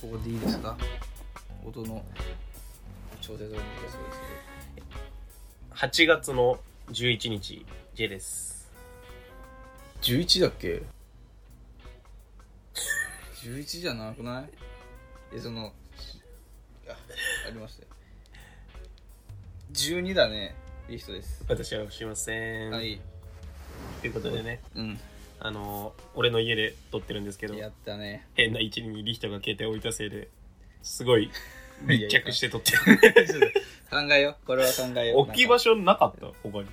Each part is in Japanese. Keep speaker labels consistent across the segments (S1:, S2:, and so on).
S1: ここでいいですか音の調整が難しそうです
S2: 8月の11日 J です
S1: けど11だっけ11じゃなくないえそのひあありましたよ12だねいい人です
S2: 私はしません、
S1: はい
S2: ということでね
S1: うん
S2: あの俺の家で撮ってるんですけど
S1: やった ね
S2: 変な位置にリヒトが携帯置いたせいですご い密着して撮って
S1: 考えようこれは考えよう
S2: 置き場所なかった他に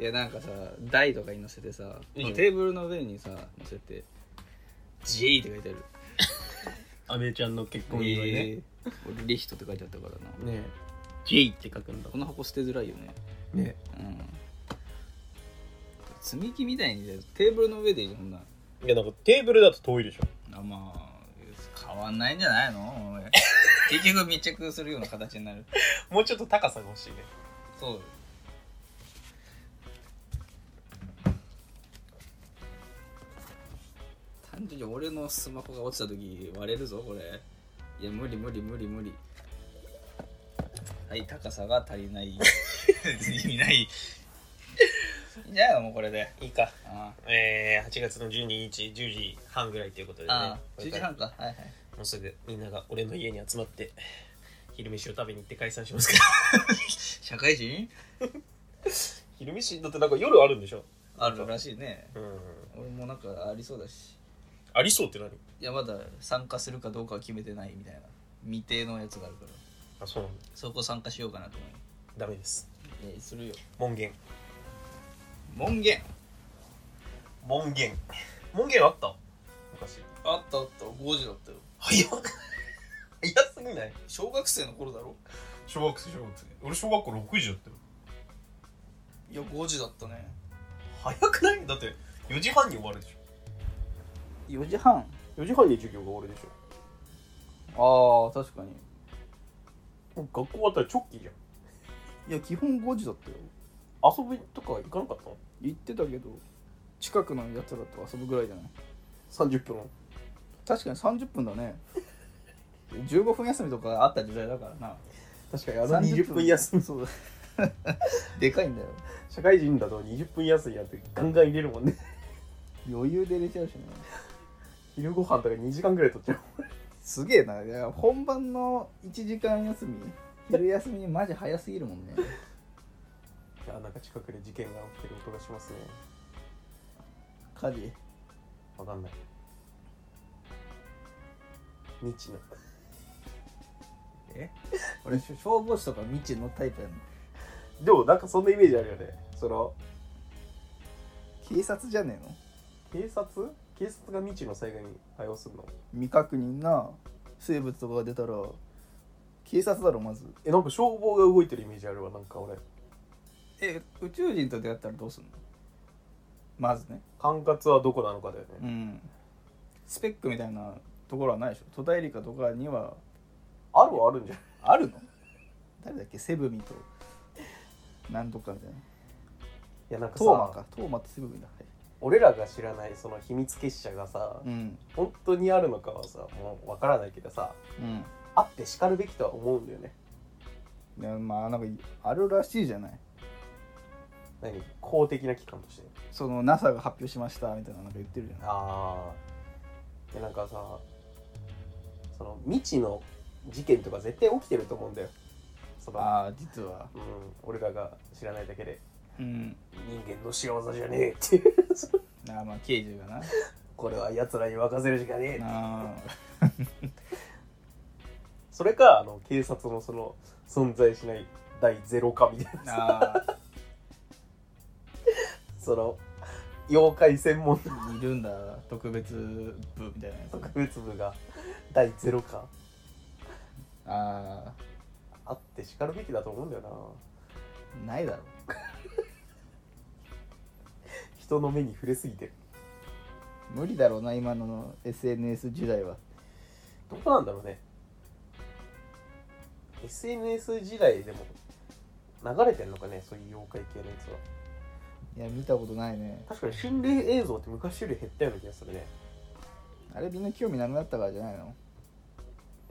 S1: いやなんかさ台とかに乗せてさ
S2: いいよ
S1: テーブルの上にさ乗せて「J」って書いてある
S2: 阿部ちゃんの結婚祝いね、
S1: えー俺リヒトって書いてあったからな
S2: ね J って書くんだ
S1: この箱捨てづらいよね
S2: ね
S1: うん積み木みたいにねテーブルの上でいいじゃんそんない
S2: やなんかテーブルだと遠いでしょ
S1: あまあ変わんないんじゃないのおい結局密着するような形になる
S2: もうちょっと高さが欲しいね
S1: そう単純に俺のスマホが落ちた時割れるぞこれいや無理無理無理無理はい高さが足りない意味ないいいんじゃないのもうこれで
S2: いいか
S1: あ
S2: えー、8月の12日10時半ぐらいということで
S1: あ
S2: ね
S1: ああ
S2: こ
S1: 10
S2: れか
S1: 時
S2: ら
S1: 半かはいはい
S2: もうすぐみんなが俺の家に集まって昼飯を食べに行って解散しますから
S1: 社会人
S2: 昼飯だってなんか夜あるんでしょ
S1: あるらしいね
S2: うん
S1: 俺もなんかありそうだし
S2: ありそうって何
S1: いやまだ参加するかどうかは決めてないみたいな未定のやつがあるから
S2: あそうなんだ
S1: そこ参加しようかなと思う
S2: ダメです
S1: えするよ
S2: 門限
S1: 門限
S2: 門限門限あった昔
S1: あったあった5時だったよ
S2: 早っ 早すぎない
S1: 小学生の頃だろ
S2: 小学生小学生俺小学校6時だったよ
S1: いや5時だったね
S2: 早くないだって4時半に終わるでし
S1: 4時半
S2: ょ4時半に授業が終わるでし
S1: ああ確かに
S2: ょ学校終わったら直帰じゃん
S1: いや基本5時だったよ
S2: 遊びとか行かなかったの
S1: 行ってたけど近くのやつらと遊ぶぐらいじゃない
S2: ?30 分
S1: 確かに30分だ ね15分休みとかあった時代だからな
S2: 確かに
S1: 30
S2: み
S1: そうだでかいんだよ
S2: 社会人だと20分休みやってガンガン入れるもんね
S1: 余裕で入れちゃうしね
S2: 昼ご飯とか2時間ぐらい取っちゃう
S1: すげえないや本番の1時間休み昼休みマジ早すぎるもんね
S2: いやなんか近くで事件が起きてる音がしますね
S1: 火事
S2: わかんない未知の
S1: え俺し消防士とか未知のタイプやの
S2: でもなんかそんなイメージあるよねその
S1: 警察じゃねえの
S2: 警察警察が未知の災害に対応するの
S1: 未確認な生物とかが出たら警察だろまず
S2: えなんか消防が動いてるイメージあるわなんか俺
S1: え宇宙人と出会ったらどうすんのまずね
S2: 管轄はどこなのかだよね、
S1: うんスペックみたいなところはないでしょ戸田恵梨香とかには
S2: あるはあるんじゃない
S1: あるの誰だっけセブミとなんとかみたいない
S2: やなんか
S1: トーマ
S2: さ
S1: かトーマとセブミだ、はい
S2: 俺らが知らないその秘密結社がさ、
S1: うん
S2: 本当にあるのかはさもうわからないけどさ
S1: うん
S2: あってしかるべきとは思うんだよね
S1: いやまあなんかあるらしいじゃない
S2: 何公的な機関として
S1: その NASA が発表しましたみたいななんか言ってるじゃない
S2: ああなんかさその未知の事件とか絶対起きてると思うんだよその、
S1: ああ実は
S2: うん、俺らが知らないだけで
S1: うん
S2: 人間の仕業じゃねえって いう
S1: ああまあ刑事 がな
S2: これは奴らに任せるしかねえって
S1: あー
S2: それかあの警察のその存在しない第ゼロ課みたいな
S1: あ
S2: その妖怪専門の
S1: ーいるんだ特別部みたいなやつ
S2: 特別部が第ゼロ課
S1: あ
S2: あってしかるべきだと思うんだよな
S1: あないだろ
S2: 人の目に触れすぎてる
S1: 無理だろうな今の SNS 時代は
S2: どこなんだろうね SNS 時代でも流れてんのかねそういう妖怪系のやつはい
S1: や見たことないね
S2: 確かに心霊映像って昔より減ったような気がするね
S1: あれみんな興味なくなったからじゃないの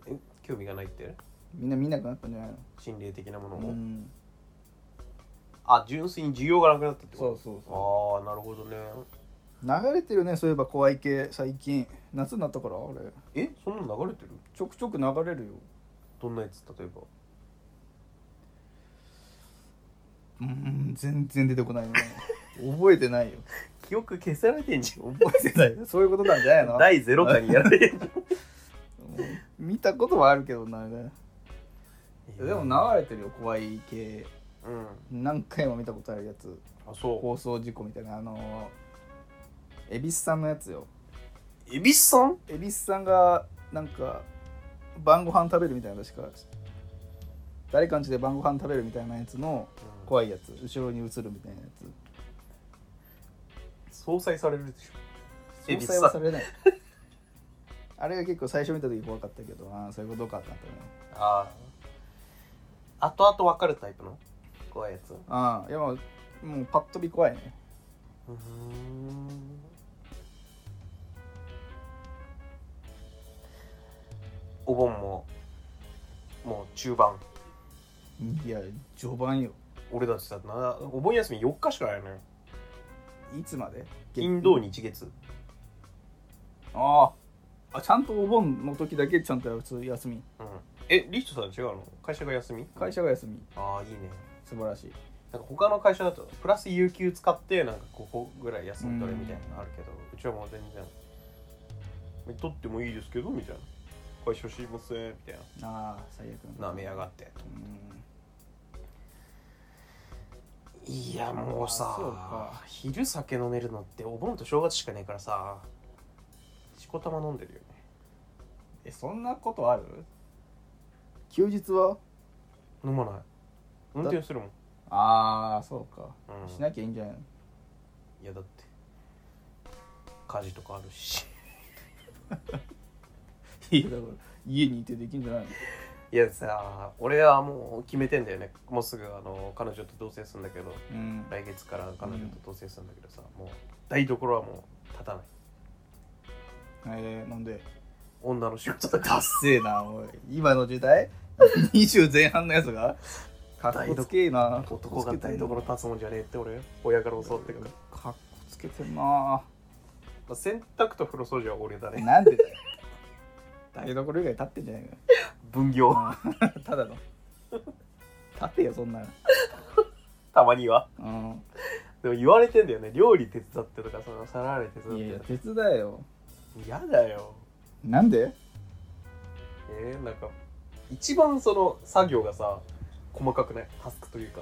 S2: う興味がないって
S1: みんな見なくなったんじゃないの
S2: 心霊的なもの
S1: う
S2: も、
S1: ん
S2: あ純粋に需要がなくなったって
S1: そう
S2: こ
S1: そう
S2: と
S1: そ
S2: ああなるほどね
S1: う流れてるねそういえば怖い系最近夏になったからあれ
S2: えそんなの流れてる
S1: ちょくちょく流れるよ
S2: どんなやつ例えば
S1: うん全然出てこないね覚えてないよ
S2: 記憶消されてんじゃん覚
S1: 覚えてないよ そういうことなんじゃないの
S2: 第0回にやられてんじ
S1: うん見たことはあるけどなね
S2: ゃん
S1: でも流れてるよ怖い系
S2: うん
S1: 何回も見たことあるやつ
S2: あそ
S1: 放送事故みたいなあのー、恵比寿さんのやつよ
S2: う恵比寿さん
S1: 恵比寿さんがなんか晩ご飯食べるみたいな確か誰かんちで晩ご飯食べるみたいなやつの
S2: こ
S1: 怖いやつ後ろに映るみたいなやつ
S2: う相殺されるでしょ恵
S1: 詳
S2: 比寿
S1: 細
S2: さ
S1: は
S2: ん
S1: されないあれが結構最初見た時怖かったけどああそういうことかってなったね
S2: ああ後々分かるタイプの怖いやつう
S1: ああいやもうもうパッと見怖いね
S2: ーんお盆ももう中盤
S1: いや序盤よ
S2: 俺たちさなお盆休み4日しかないのよ
S1: いつまで
S2: 金土日月
S1: あああちゃんとお盆の時だけちゃんと普通休み
S2: うんえリヒトさん違うの会社が休み
S1: 会社が休み
S2: ああいいね
S1: 素晴らしい
S2: なんか他の会社だとプラス有給使ってなんかここぐらい休んどれみたいなのあるけど、うちはもう全然取ってもいいですけどみたいな会社しませんみたい
S1: ああ最悪
S2: な舐めやがっていやもうさ
S1: そうか
S2: 昼酒飲めるのってお盆と正月しかねえからさしこたま飲んでるよね
S1: えそんなことある休日は
S2: 飲まない運転するもん、
S1: ああそうか、
S2: うん、
S1: しなきゃいいんじゃないの
S2: いやだって家事とかあるし
S1: いやだから家にいてできんじゃないの
S2: いやさ俺はもう決めてんだよねもうすぐあの彼女と同棲するんだけど
S1: うん
S2: 来月から彼女と同棲するんだけどさ、もう台所はもう立たない
S1: えー、なんで
S2: 女の仕事だから
S1: ダッセーなおい今の時代 20前半のやつがかっこつけえな
S2: 男が台所立つもんじゃねえって俺親から教わってるから、ま
S1: かっこつけてんな
S2: あ、洗濯と風呂掃除は俺だね
S1: なんでだよ 台所以外立ってんじゃない
S2: 分業
S1: か ただの立てよそんなの
S2: たまには
S1: うん
S2: でも言われてんだよね料理手伝ってとかその皿洗い手
S1: いやい
S2: 伝っ
S1: や
S2: て
S1: 手伝えよ
S2: 嫌だよ
S1: なんで
S2: えー、なんか一番その作業がさ細かくないタスクというか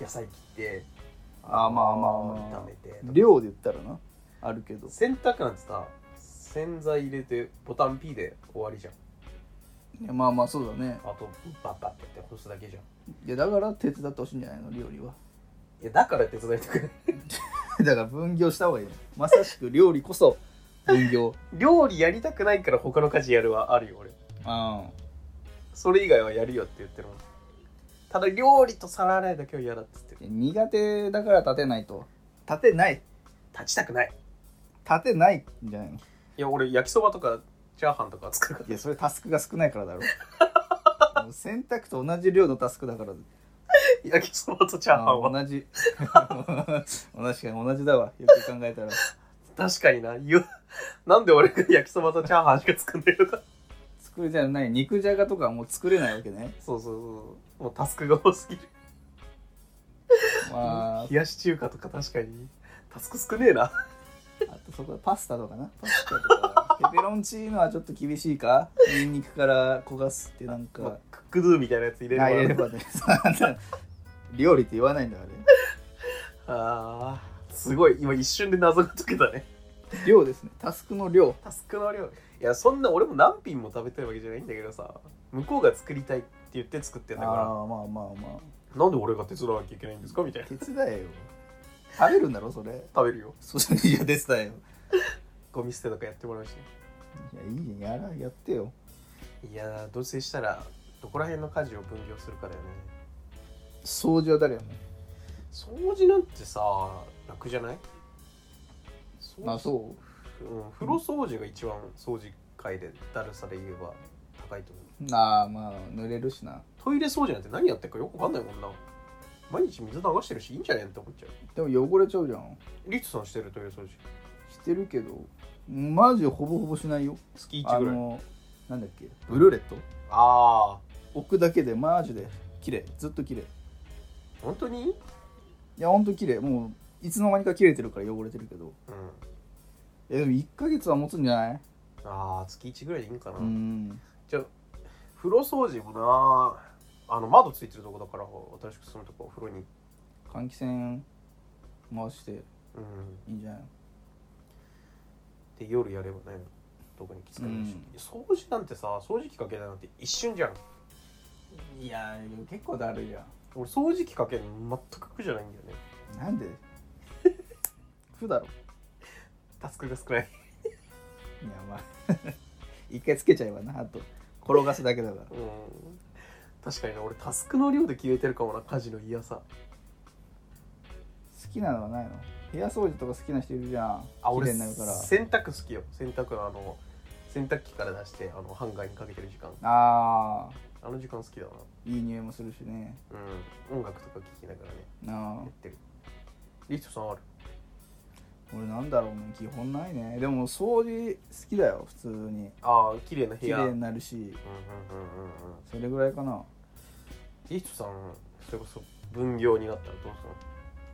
S2: 野菜切って
S1: あーまあまあまあ
S2: 炒めてとか
S1: 量で言ったらなあるけど
S2: 洗濯なんてさ洗剤入れてボタン P で終わりじゃん
S1: いやまあまあそうだね
S2: あとバッバッてやって干すだけじゃん
S1: いやだから手伝ってほしいんじゃないの料理はい
S2: やだから手伝いてく れ
S1: だから分業した方がいいよまさしく料理こそ分業
S2: 料理やりたくないから他の家事やるはあるよ俺
S1: うん
S2: それ以外はやるよって言ってるもんただ料理と皿洗いだけは嫌だって言ってる
S1: 苦手だから立てないと立てない
S2: 立ちたくない
S1: 立てないんじゃないの
S2: いや俺焼きそばとかチャーハンとか作るか
S1: いやそれタスクが少ないからだろ もう洗濯と同じ量のタスク だから
S2: ら 焼きそばとチャーハンは
S1: 同じ 同じかに同じだわよく考えたら
S2: 確かにな言うなんで俺が焼きそばとチャーハンしか作んないのか
S1: 作れじゃない肉じゃがとかはもう作れないわけね
S2: そうそうそうもうタスクが多すぎる
S1: まあ
S2: 冷やし中華とか確かにタスク少ねえな
S1: あとそこはパスタとかなパスタとかペペロンチーノはちょっと厳しいかニンニクから焦がすってなん
S2: まあ
S1: か
S2: クックドゥみたいなやつ入れれば
S1: 入れればね 料理って言わないんだあ
S2: あーすごい今一瞬で謎が解けたね
S1: れ量ですねタスクの量
S2: タスクの量いやそんな俺も何品も食べたいわけじゃないんだけどさ向こうが作りたいって言って作ってん
S1: あ
S2: だ
S1: あ
S2: か
S1: まあまあま
S2: らなんで俺が手伝わなきゃいけないんですかみたい
S1: あ
S2: な
S1: 手伝えよ食べるんだろそれ
S2: 食べるよ
S1: それいや手伝えよ
S2: ゴミ捨てとかやってもらうし
S1: いやいいねやらやってよ
S2: いやー同棲したらどこら辺の家事を分業するかだよね
S1: 掃除は誰やもん
S2: 掃除なんてさ楽じゃない掃除
S1: あそう
S2: うん、風呂掃除が一番掃除界でだるさで言えば高いと思う
S1: なあまあ濡れるしな
S2: トイレ掃除なんて何やってるかよくわかんないもんな毎日水流してるしいいんじゃねえって思っちゃう
S1: でも汚れちゃうじゃん
S2: リツさんしてるトイレ掃除
S1: してるけどマジほぼほぼしないよ
S2: 月1
S1: あ
S2: ぐらい
S1: のなんだっけブルーレット
S2: ああ
S1: 置くだけでマジで綺麗ずっと綺麗い
S2: 本当に
S1: やほんと綺麗もういつの間にか切れてるから汚れてるけど
S2: うん
S1: えでも1ヶ月は持つんじゃない
S2: ああ月1ぐらいでいいんかな、
S1: うん
S2: じゃあ風呂掃除もなあの窓ついてるとこだから新しく住むとこ風呂に
S1: 換気扇回してい
S2: うん
S1: いんじゃない
S2: で夜やればね特にきつくないし、
S1: うん
S2: 掃除なんてさ掃除機かけたなんて一瞬じゃん
S1: いや結構だるいや
S2: 俺掃除機かけるの全く苦じゃないんだよ
S1: ん
S2: ね
S1: なん で苦だろ
S2: タスクが少ない
S1: いやまあ 一回つけちゃえばなあと転がすだけだから
S2: うん確かにね俺タスクの量で決めてるかもな家事の嫌さ
S1: 好きなのはないの部屋掃除とか好きな人いるじゃん
S2: あ俺
S1: 綺麗になるから
S2: 洗濯好きよ洗濯のあの洗濯機から出してあのハンガーにかけてる時間
S1: あ
S2: あの時間好きだな
S1: ーいい匂いもするしね
S2: うん音楽とか聴きながらね
S1: な
S2: や
S1: あ
S2: ってるリストさんある
S1: 俺なんだろうね基本ないねでも掃除好きだよ普通に
S2: ああ綺麗な部
S1: 綺
S2: 屋うん
S1: 麗
S2: うんうん
S1: になるし
S2: うんうん
S1: それぐらいかな
S2: リストさんそれこそ分業になったらどうするの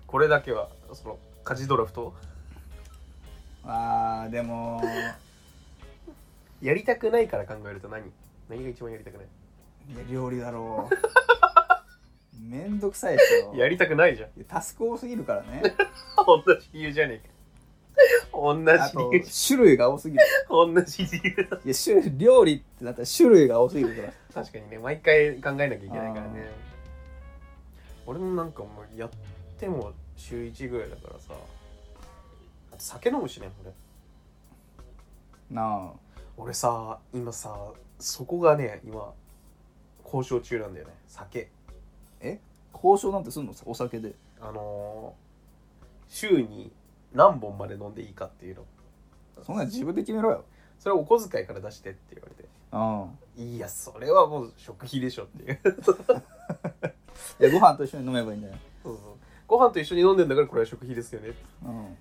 S2: これだけはその家事ドラフト
S1: あーでも
S2: やりたくないから考えると何何が一番やりたくない
S1: いや料理だろう めんどくさいでしょ
S2: やりたくないじゃん
S1: いやタスク多すぎるからね
S2: 同じ理由じゃねえか同じ
S1: あと
S2: 理由
S1: 種類が多すぎる
S2: 同じ理由だ
S1: いや種類料理ってなったら種類が多すぎるから
S2: 確かにね毎回考えなきゃいけないからね俺もなんかもうやっても週1ぐらいだからさあと酒飲むしね俺
S1: なあ
S2: 俺さ今さそこがね今交渉中なんだよね酒
S1: 交渉なんてすんのお酒で
S2: あのー週に何本まで飲んでいいかっていうの
S1: そんなん自分で決めろよ
S2: それはお小遣いから出してって言われて
S1: うん
S2: いやそれはもう食費でしょっ ていうそう
S1: いやご飯と一緒に飲めばいいんだよ、
S2: そうご飯と一緒に飲んでんだからこれは食費ですよね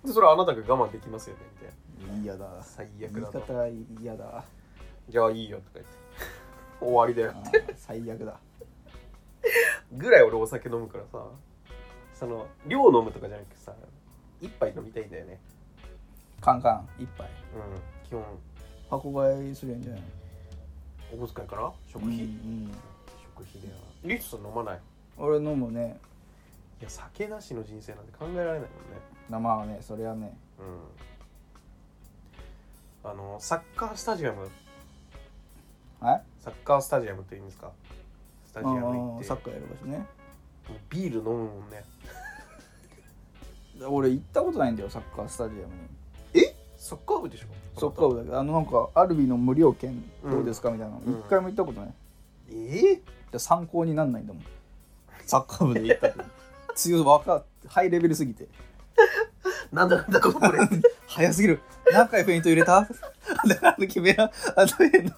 S1: う、
S2: でそれはあなたが我慢できますよねみたいなん
S1: 嫌だ
S2: 最
S1: 言い
S2: 悪だと
S1: 方が嫌だ
S2: じゃあいいよとか言って終わりだよ
S1: あー最悪だ
S2: ぐらい俺お酒飲むからさその量飲むとかじゃなくてさ一杯飲みたいんだよね
S1: カンカン一杯
S2: うん基本
S1: 箱買いするんじゃないの
S2: お小遣いから食
S1: う
S2: 費、
S1: ん
S2: 食費だよリットさん飲まない
S1: うん、俺飲むね
S2: いや酒なしの人生なんて考えられないもんね
S1: 生はねそれはね
S2: うんあのサッカースタジアム
S1: はい
S2: サッカースタジアムって言うんですかスタジアム行
S1: う
S2: っ
S1: ん
S2: て
S1: サッカーやる場所ね
S2: もうビール飲むもんね
S1: 俺行ったことないんだよサッカースタジアムに
S2: サッカー部でしょ
S1: サッカー部だけどあのなんかアルビの無料券どうですかみたいなの
S2: うん
S1: 一回も行ったことない
S2: え
S1: で参考になんないんだもんサッカー部で行ったって強い若いハイレベルすぎて
S2: ー、なんだなんだこれ
S1: 早すぎる何回フェイント入れたあの決めなあの変な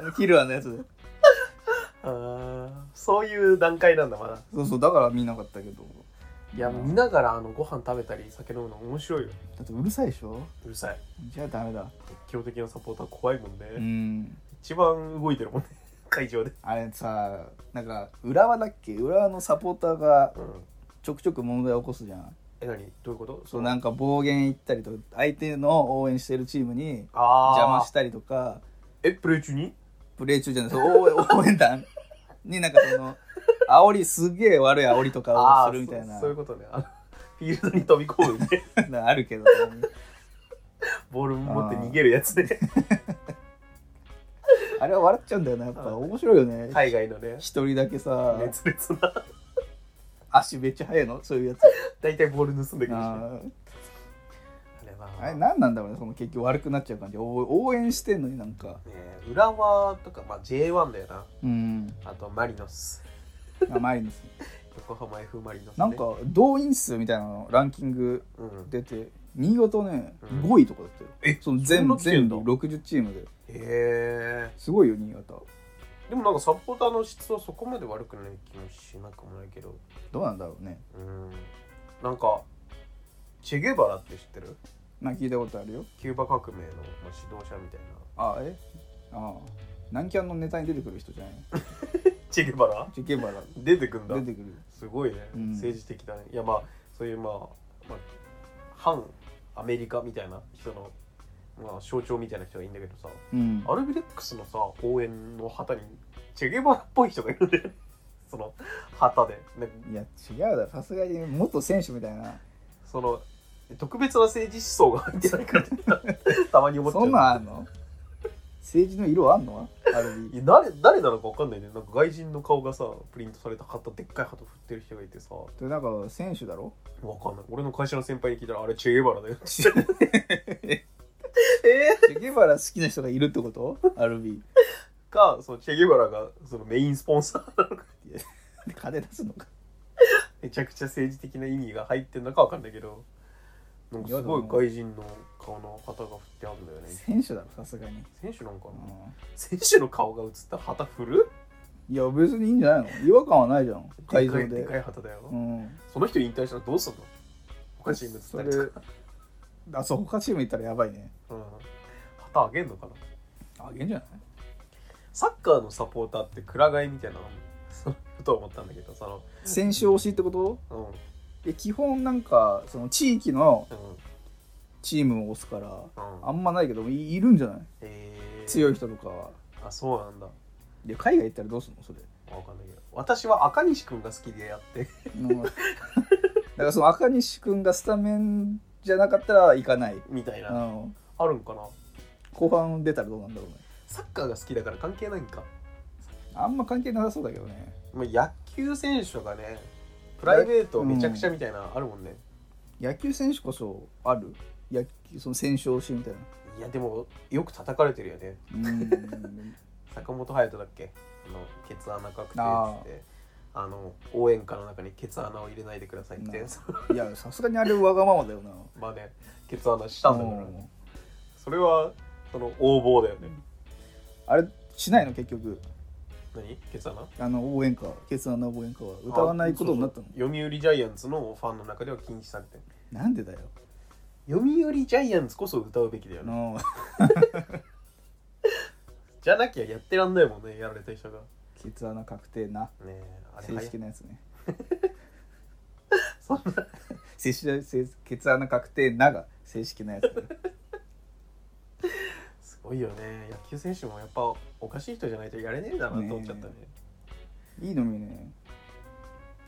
S1: あのキルアのやつで
S2: あーそういう段階なんだまだ
S1: そうそうだから見なかったけど
S2: いや見ながらあのご飯食べたり酒飲むの面白いよ
S1: だってうるさいでしょ
S2: うるさい
S1: じゃあダメだ
S2: 熱狂的なサポーター怖いもんね、
S1: うん
S2: 一番動いてるもんね 会場で、
S1: あれさなんか浦和だっけ浦和のサポーターがちょくちょく問題を起こすじゃん
S2: え何どういうこと
S1: そうなんか暴言言ったりとか相手の応援してるチームに
S2: あ
S1: 邪
S2: 邪
S1: 魔
S2: 魔
S1: し
S2: した
S1: りとか
S2: えプレイ中に
S1: プレー中じゃないそう応 援応援団になんかその煽りすげえ悪い煽りとかをするみたい
S2: あー
S1: な
S2: そそういうことねあの フィールドに飛び込む ね
S1: のあるけど
S2: ボール持って逃げるやつで、
S1: あれは笑っちゃうんだよなやっぱ面白いよね
S2: 海外の ね
S1: 一人だけさ
S2: 熱烈な
S1: 足めっちゃ速いのそういうやつ
S2: 大体ボール盗んでくるしねあ
S1: あー
S2: れは
S1: あれ何なんだろうねその結局悪くなっちゃう感じ応応援してんのになんか
S2: ね浦和とか、まあ、J1 だよな
S1: うん
S2: あとマリノス
S1: あマリノス
S2: 横浜 F ・マリノス、ね、
S1: なんか動員数みたいなのランキング
S2: うん、
S1: 出て新潟ね
S2: うん
S1: 5位とかだったよ、
S2: え
S1: その全
S2: そんな来て
S1: 全
S2: んだ
S1: 部60チームで
S2: へえ
S1: すごいよ新潟
S2: でもなんかサポーターの質はそこまで悪くない気もしなくもないけど
S1: どうなんだろうね
S2: うんなんかチェゲバラって知ってる
S1: まあ聞いたことあるよ
S2: キューバ革命の、まあ、指導者みたいな
S1: あえああ南キャンのネタに出てくる人じゃない
S2: チェゲバラ
S1: チェケバラ
S2: 出てくんだ
S1: 出てくる
S2: すごいね、
S1: うん
S2: 政治的だねいやまあそういうまあ、まあ、反アメリカみたいな人の、まあ、象徴みたいな人がいいんだけどさ
S1: うん
S2: アルビレックスのさ応援の旗にチェゲバラっぽい人がいるんだよね その旗でなんか
S1: いや違うだろさすがに元選手みたいな
S2: その特別な政治思想が入ってないかって たまに思っちゃう
S1: そんなんあんの政治の色あんのアル
S2: い
S1: ビ
S2: や誰誰なのか分かんないねなんか外人の顔がさプリントされた旗でっかい旗振ってる人がいてさ
S1: それなんか選手だろ
S2: 分かんない俺の会社の先輩に聞いたらあれチェゲバラだよ
S1: チェケバラ好きな人がいるってことアルビ
S2: かそのチェゲバラがそのメインスポンサー なのか
S1: で金出すのか
S2: めちゃくちゃ政治的な意味が入ってんのか分かんないけどなんかすごい外人の顔の旗が振ってあるんだよね
S1: 選手だろさすがに、
S2: 選手なんかな
S1: う
S2: 選手の顔が映った旗振る
S1: ん、いや別にいいんじゃないの違和感はないじゃん会場で
S2: っかいっかい旗だよ、
S1: うん
S2: その人引退したらどうすんの他チーム移ったりとか、
S1: それあそう他チーム行ったらやばいね
S2: うん、旗あげんのかな
S1: あげんじゃない
S2: サッカーのサポーターってくら替えみたい なのそのふと思ったんだけどその
S1: 選手推しってこと
S2: うんうん
S1: え基本なんかその地域のチームを推すから
S2: うん
S1: あんまないけどいいるんじゃない
S2: えー、
S1: 強い人とかは
S2: あそうなんだ
S1: いや海外行ったらどうすんのそれ
S2: わかんないけど私は赤西くんが好きでやって
S1: うんだからその赤西君がスタメンじゃなかったら行かない、
S2: みたいな、
S1: うん、
S2: あるんかな
S1: 後半出たらどうなんだろうね
S2: サッカーが好きだから関係ないんか、
S1: あんま関係なさそうだけどね
S2: まあ、野球選手がねプライベートめちゃくちゃみたいなのあるもんね、
S1: 野球選手こそある野球その戦勝しみたいない
S2: やでもよく叩かれてるよね
S1: うーん
S2: 坂本隼人だっけあのケツ穴確定っつってあの応援歌の中にケツ穴を入れないでくださいって
S1: な
S2: そ
S1: いやさすがにあれわがままだよな
S2: うまあねケツ穴したんだから、
S1: う
S2: ね
S1: ん、
S2: それはその横暴だよね、
S1: あれしないの結局
S2: 何ケツ穴
S1: あの応援歌ケツ穴の応援歌は歌わないことになったの
S2: あそうそう読売ジャイアンツのファンの中では禁止されてる
S1: なんでだ よ
S2: 読売ジャイアンツこそ歌うべきだよ
S1: あ
S2: ね、
S1: の
S2: じゃなきゃやってらんないもんねやられた人がね
S1: ケツ穴確定な
S2: えあれ
S1: 正式
S2: な
S1: なやつね
S2: そんな
S1: 正式な正ケツ穴確定なが正式なやつね
S2: すごいよね野球選手もやっぱおかしい人じゃないとやれねえだなって思っちゃった
S1: ね
S2: ね
S1: いいのにね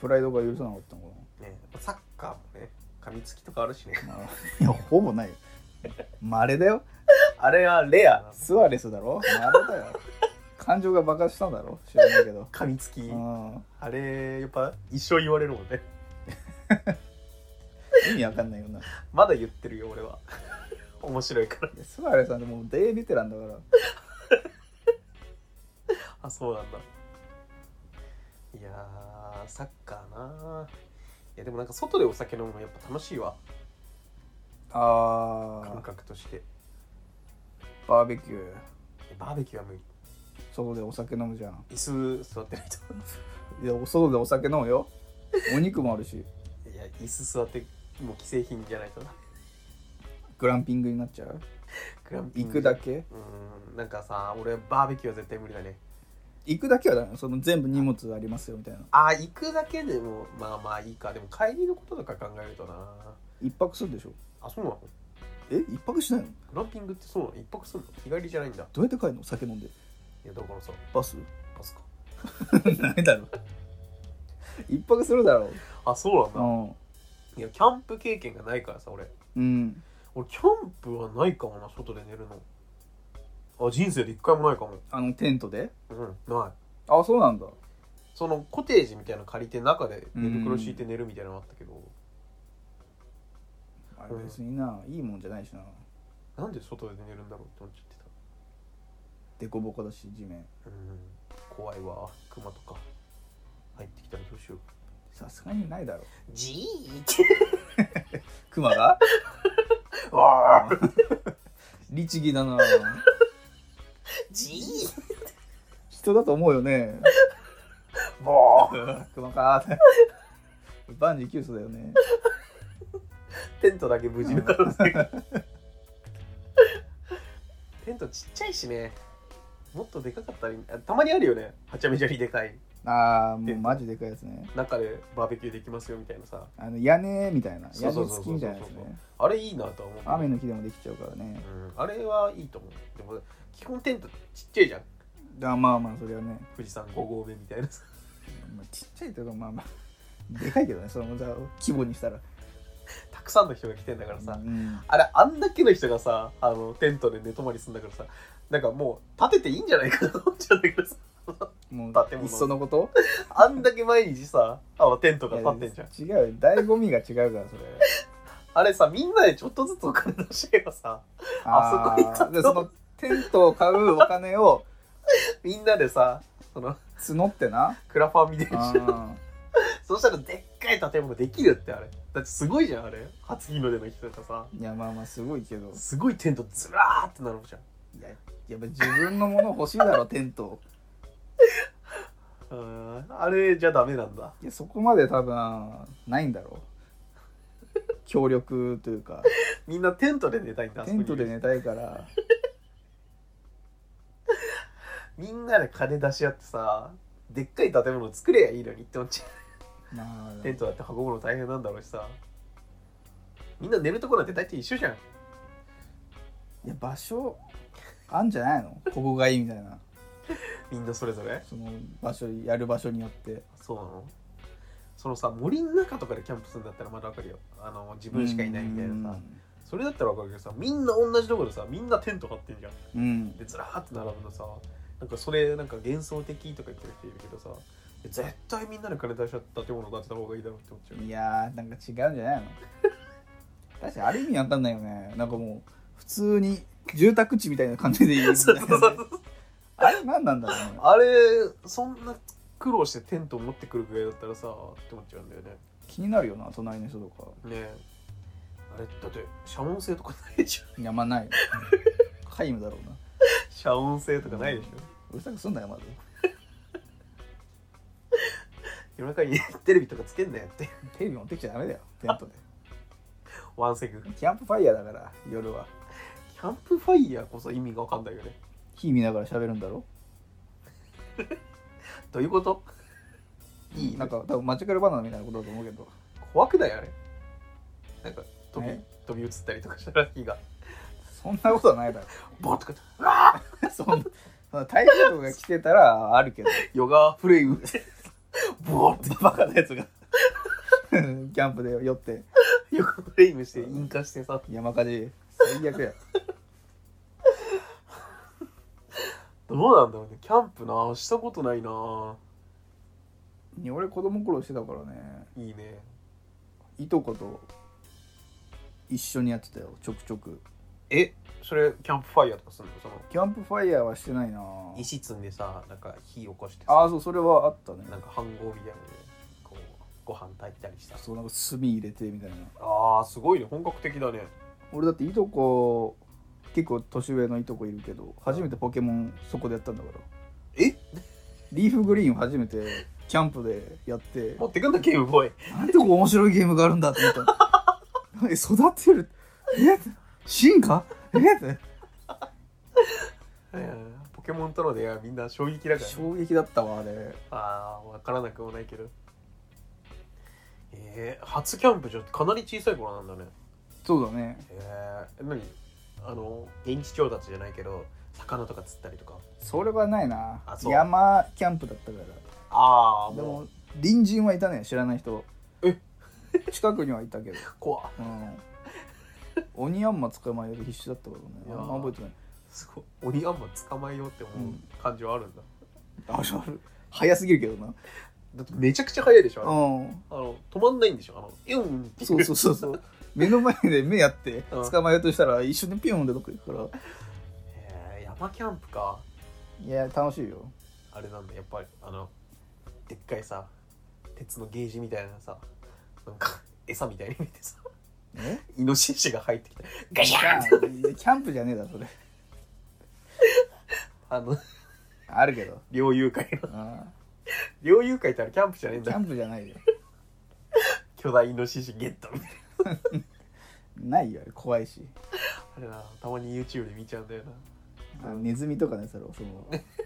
S1: プライドが許さなかったのか
S2: ねえサッカーもね噛みつきとかあるしね
S1: な、まあ、いやほぼないよまれだよ
S2: あれはレアな
S1: スアレスだろまれだよ感情が爆発したんだろ知らないけど
S2: 噛みつき
S1: うん
S2: あれやっぱ一生言われるもんね
S1: 意味わかんないよない
S2: まだ言ってるよ俺は面白いから
S1: やスアレスなんてもう大ベテランだから
S2: あそうなんだいやーサッカーなーいやでもなんか外でお酒飲むのやっぱ楽しいわ感
S1: あ
S2: 覚として
S1: ーバーベキュー
S2: バーベキューは無理
S1: 外でお酒飲むじゃん
S2: 椅子座ってない
S1: いや外でお酒飲むよお肉もあるし
S2: と いや椅子座ってもう既製品じゃないとな
S1: グランピングになっちゃう
S2: グランピン
S1: 行
S2: グ
S1: くだけ
S2: うーんなんかさ俺バーベキューは絶対無理だね
S1: 行くだけはダメその全部荷物ありますよみたいな
S2: あー行くだけでもまあまあいいかでも帰りのこととか考えるとな
S1: 一泊するでしょ
S2: あそうなの
S1: え一泊しないの
S2: グランピングってそうなの一泊するの日帰りじゃないんだ
S1: どうやって帰るの酒飲んで
S2: いやだからさ
S1: バス
S2: パスか
S1: ダメだろ一泊するだろ
S2: あそうなん
S1: う
S2: だ、
S1: ん
S2: いやキャンプ経験がないからさ俺
S1: うん
S2: 俺キャンプはないかもな外で寝るのあ人生で一回もないかも
S1: あのテントで
S2: うんない
S1: あそうなんだ
S2: そのコテージみたいなの借りて中で寝袋敷いて寝るみたいなのあったけど、
S1: あれ別にないいもんじゃないしな
S2: なんで外で寝るんだろうって思っちゃって
S1: デコボコだし地面
S2: たうん怖いわ熊とか入ってきたらどうしよう
S1: さすがにないだろ
S2: じーって
S1: クマが
S2: わ あ
S1: 律儀だな
S2: じい
S1: 人だと思うよね
S2: もう
S1: 熊かーって 万事休所だよね
S2: テントだけ無事だろうね テントちっちゃいしねもっとでかかったりあたまにあるよねはちゃめちゃにでかい
S1: ああもうマジでかいやつね
S2: 中でバーベキューできますよみたいなさ
S1: あの屋根みたいな
S2: そ
S1: 屋
S2: うそ
S1: 根
S2: うそ
S1: 付き
S2: うそう
S1: みたいなやつね
S2: あれいいなとは思う
S1: 雨の日でもできちゃうからね
S2: うん、あれはいいと思うでも基本テントちっちゃいじゃん
S1: あまあまあそれはね
S2: 富士山5合目みたいなさ
S1: まあちっちゃいというかまあまあでかいけどねそのじゃあ規模にしたら
S2: たくさんの人が来てんだからさ、
S1: うん
S2: あれあんだけの人がさあのテントで寝泊まりするんだからさなんかもう立てていいんじゃないかなと思っちゃうんだけどさ
S1: もう
S2: 建物
S1: いっそのこと
S2: あんだけ毎日さあのテントが立ってんじゃん
S1: いや違うよ醍醐味が違うからそれ
S2: あれさみんなでちょっとずつお金出し合えばさ あそこに買
S1: ーでそのテントを買うお金を
S2: みんなでさその
S1: 募って な
S2: クラファンみたいにして
S1: あ
S2: そしたらでっかい建物できるってあれだってすごいじゃんあれ初日の出の人とかさ
S1: ーいやまあまあすごいけど
S2: すごいテントずらーってなるじゃん
S1: いややっぱ自分のもの欲しいだろテント
S2: うーんあれじゃダメなんだ
S1: いやそこまで多分ないんだろう協力というか
S2: みんなテントで寝たいんだ
S1: テントで
S2: ね
S1: 寝たいから
S2: みんなで金出し合ってさでっかい建物作れやいいのにって思っちゃ
S1: ま
S2: う
S1: あ
S2: テントだって運ぶの大変なんだろうしさみんな寝るとこなんて大体一緒じゃん
S1: いや場所あんじゃないのここがいいみたいな
S2: みんなそれぞれ
S1: その場所やる場所によって
S2: そうなのそのさ森の中とかでキャンプするんだったらまだわかるよあの自分しかいないみたいなさそれだったらわかるけどさみんな同じとこでさみんなテント張ってんじゃん
S1: うんうん
S2: でずらーって並ぶのさなんかそれなんか幻想的とか言ってる人いるけどさ絶対みんなで金出し合った建物建てた方がいいだろうって思っちゃう
S1: いやーなんか違うんじゃないの確かにある意味わかんないよねなんかもう普通に住宅地みたいな感じでいいみたい なねあれ何なんだろうね
S2: あれそんな苦労してテントを持ってくるぐらいだったらさって思っちゃうんだよね
S1: 気になるよな隣の人とか
S2: ねえあれだって遮音性とかないでしょ
S1: いやまあない皆無だろうな
S2: 遮音性とかないでしょ
S1: うるさくすんなよまず
S2: 夜中にテレビとかつけんなよって
S1: テレビ持ってきちゃダメだよテントで
S2: ワンセグ
S1: キャンプファイヤーだから夜は
S2: キャンプファイヤーこそ意味が分かんないよね
S1: 火見ながら喋るんだろ
S2: どういうこといい
S1: なんか多分マジカルバナナみたいなことだと思うけど
S2: 怖くないあれなんか飛び
S1: え
S2: 飛び移ったりとかしたら火が
S1: そんなことはないだろ
S2: ボーッとか
S1: そんなそんな台風とか来てたらあるけど
S2: ヨガフレームボーッて
S1: バカなやつが キャンプで酔って
S2: ヨガフレームして引火してさ
S1: 山火事最悪や
S2: どうなんだろうねキャンプなしたことないない
S1: や俺子供頃してたからね
S2: いいね
S1: いとこと一緒にやってたよちょくちょく
S2: えそれキャンプファイヤーとかするのその
S1: キャンプファイヤーはしてないな
S2: 石積んでさなんか火起こしてさ
S1: ああそうそれはあったね
S2: なんか飯盒みたいなのでこうご飯炊いたりした
S1: そうなんか炭入れてみたいな
S2: あーすごいね本格的だね
S1: 俺だっていとこ結構年上のいとこいるけど初めてポケモンそこでやったんだから
S2: え
S1: リーフグリーンを初めてキャンプでやって
S2: 持ってくんだゲームボーイ
S1: なんてこう面白いゲームがあるんだって思ったえ育てるえ進化え
S2: ポケモンとの出会いはみんな衝撃だから
S1: 衝撃だったわあれ
S2: あー分からなくもないけどえー、初キャンプじゃかなり小さい頃なんだね
S1: そうだね
S2: えー、何あの現地調達じゃないけど魚とか釣ったりとか
S1: それはないな
S2: あそう
S1: 山キャンプだったか
S2: ああ
S1: らで
S2: も
S1: も隣人はいたね知らない人
S2: え
S1: 近くにはいたけど
S2: う怖っ
S1: うん鬼あんま捕まえる必死だったから
S2: い
S1: ね
S2: や
S1: あ
S2: ー
S1: んま覚えてない
S2: すごい鬼あんま捕まえようって思う感じはあるんだ、
S1: あるある早すぎるけどな
S2: だってめちゃくちゃ速いでしょあれ
S1: うん
S2: あの止まんないんでしょあのイュンってい
S1: そうそうそうそう目の前で目やって
S2: うん
S1: 捕まえようとしたら一緒にピュンってどこ行くから
S2: へえ山キャンプか
S1: いや楽しいよ
S2: あれなんだやっぱりあのでっかいさ鉄のゲージみたいなさなんか餌みたいに見てさ
S1: え
S2: イノシシが入ってきたガ
S1: キ
S2: シャン
S1: ャンプじゃねえだろそれ
S2: あの
S1: あるけど
S2: 猟友会の
S1: うん
S2: 猟友会ってあれキャンプじゃねえん
S1: キ
S2: だ
S1: ャンプじゃないよ
S2: 巨大イノシシゲットみたい
S1: ないよあれ怖いし
S2: なあれなたまに YouTube で見ちゃうんだよな
S1: あのネズミとかねそれその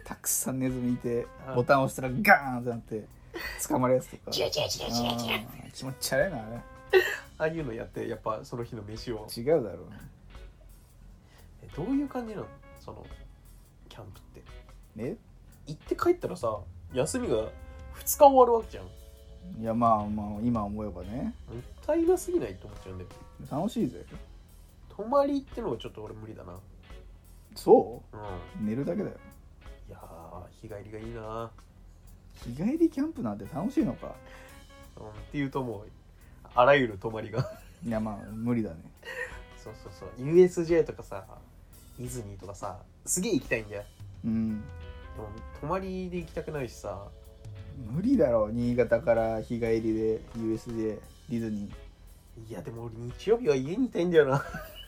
S1: たくさんネズミいて
S2: うん
S1: ボタン押したらガーンってなって捕まるやつとか
S2: 違う違う違う違う違う
S1: うん気持ち悪いなあれ
S2: ああいうのやってやっぱその日の飯を
S1: 違うだろう
S2: えどういう感じなのそのキャンプって
S1: ね
S2: 行って帰ったらさ休みが2日終わるわけじゃんも
S1: えいやまあまあ今思えばね
S2: ったいなすぎないって思っちゃうんだよ
S1: 楽しいぜ
S2: 泊まりってのがちょっと俺無理だな
S1: そ
S2: うん
S1: う寝るだけだよ
S2: いやー日帰りがいいな
S1: 日帰りキャンプなんて楽しいのか
S2: うんっていうともうあらゆる泊まりが
S1: いやまあ無理だね
S2: そうそうそう USJ とかさディズニーとかさすげえ行きたいんだよ
S1: うん
S2: でも泊まりで行きたくないしさ
S1: 無理だろう新潟から日帰りで USJ ディズニー
S2: いやでも俺日曜日は家にいたいんだよな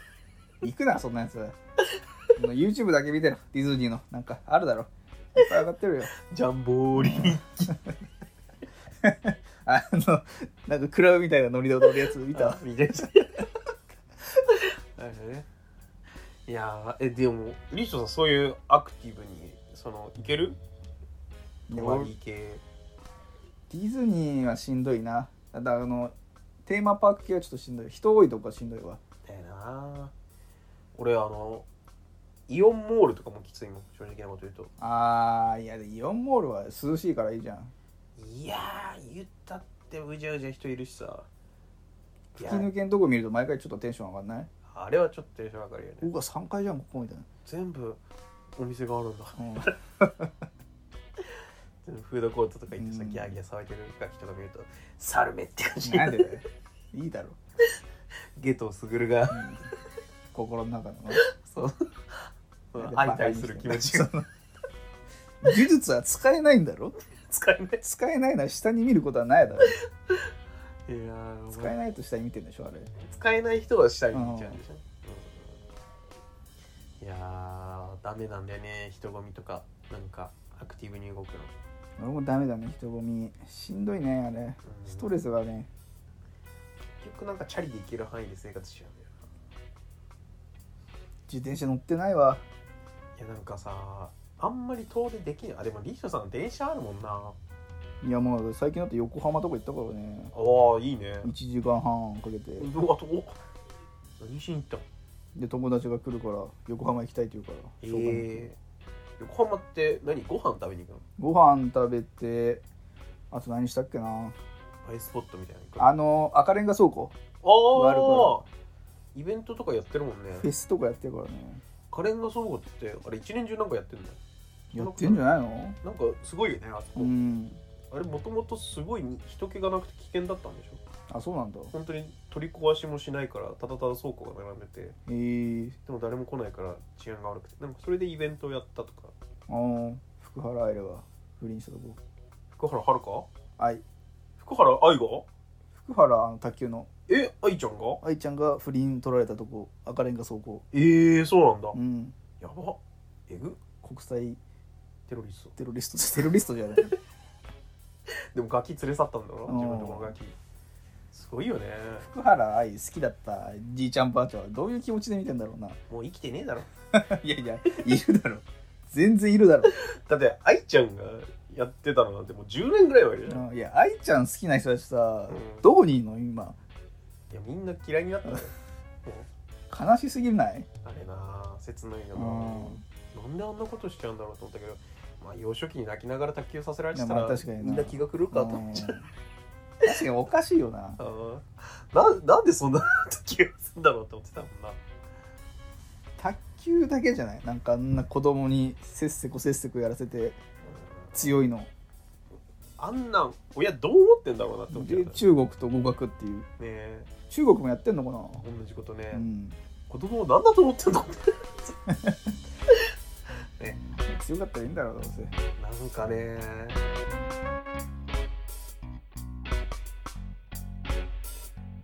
S1: 行くなそんなやつあの YouTube だけ見てろディズニーのなんかあるだろいっぱい上がってるよ
S2: ジャンボーリー
S1: あのなんかクラブみたいなノリで踊るやつ見た
S2: あ見た見たなるほどねいやーえでもリーチョさんそういうアクティブにそのいける
S1: い
S2: 泊
S1: や
S2: ま
S1: 俺
S2: り系
S1: ディズニーはしんどいなただあのテーマパーク系はちょっとしんどい人多いとこはしんどいわ
S2: だよな俺あのイオンモールとかもきついもん正直なこと言うと
S1: あーいやイオンモールは涼しいからいいじゃん
S2: いやー言ったってうじゃうじゃ人いるしさい
S1: 吹き
S2: や
S1: 抜けのとこ見ると毎回ちょっとテンション上がんない
S2: あれはちょっとテンション上がるよね
S1: うわ3階じゃんここみたいな、
S2: 全部お店があるんだ
S1: うん、
S2: 全部フードコートとか行ってさ、
S1: うん
S2: ギャーギャー騒いでる人が見ると「サルメ」って感じ
S1: なんでだよいいだろ、
S2: ゲトウスグルが
S1: うん心の中の
S2: そう
S1: なんで
S2: 相対する気持ちが
S1: その技術は使えないんだろ
S2: 使えない
S1: 使えないなら下に見ることはないだろ
S2: いやー
S1: 使えないと下に見てんでしょあれ
S2: 使えない人は下に行っちゃうんでしょ、うんいやーダメなんだよね人混みとかなんかアクティブに動くの、
S1: 俺もダメだね人混みしんどいねあれ
S2: うん
S1: ストレスがね
S2: 結局なんかチャリで行ける範囲で生活しちゃうんだよ
S1: 自転車乗ってないわ
S2: ないやなんかさあんまり遠出できないあでもリーショさん電車あるもんない
S1: やもう最近だって横浜とか行ったからね
S2: ああいいね
S1: 1時間半かけて
S2: うわあとお何しに行ったの
S1: で友達が来るから横浜行きたいって言うから
S2: え
S1: しょうがない
S2: え横浜って何ご飯食べに行く
S1: ご
S2: の
S1: 飯食べてあと何したっけな
S2: アイスポットみたいなの行くの
S1: あの赤レンガ倉庫がある
S2: あ
S1: か
S2: あイベントとかやってるもんね
S1: フェスとかやってるからね
S2: カレンガ倉庫ってあれ一年中なんかやってんだよ
S1: やってんじゃないの
S2: なんかすごいよねあそこ、
S1: うん
S2: あれもともとすごい人気がなくて危険だったんでしょ
S1: あそうなんだ
S2: 本当に取り壊しもしないからただただ倉庫が並んでて
S1: えー、
S2: でも誰も来ないから治安が悪くてなんかそれでイベントをやったとか
S1: あー福原愛らが不倫したとこ
S2: 福原遥
S1: 愛
S2: 福原愛が
S1: 福原あの卓球の
S2: え愛ちゃんが
S1: 愛ちゃんが不倫取られたとこ赤レンガ倉庫
S2: ええー、そうなんだ、
S1: うん
S2: やばえぐ
S1: 国際
S2: テロリスト
S1: テロリストテロリストじゃない
S2: でもガキ連れ去ったんだろ
S1: うん
S2: 自分のとこのガキすごいよね
S1: 福原愛好きだったじいちゃんばあちゃんはどういう気持ちで見てんだろうな
S2: もう生きてねえだろ
S1: いやいやいるだろ全然いるだろ、
S2: だって愛ちゃんがやってたのなんてもう10年ぐらいはいるじゃん、い
S1: うんいや愛ちゃん好きな人たちさ、
S2: うん
S1: どこにいんの今
S2: やみんな嫌いになったんだよもう
S1: 悲しすぎない、
S2: あれなあ切ないよ
S1: う
S2: な、
S1: ん
S2: なんであんなことしちゃうんだろうと思ったけど、まあ、幼少期に泣きながら卓球させられてた
S1: いや
S2: ら、
S1: まあ確かにな
S2: みんな気が狂うかと思っちゃ
S1: う
S2: うん
S1: 確かにおかしいよな
S2: うんななんでそんな卓球するんだろうと思ってたもんな
S1: 卓球だけじゃないなんかあんな子供にせっせこせっせこやらせて強いの
S2: あんなん親どう思ってんだろうなって思っちゃ
S1: で
S2: ったね
S1: 中国と語学っていう
S2: え
S1: 中国もやってんのか
S2: 同じことね、
S1: な、うん、
S2: 子供を何だと思ってんのって
S1: 強かったらいいんだろうどうせ
S2: なんかね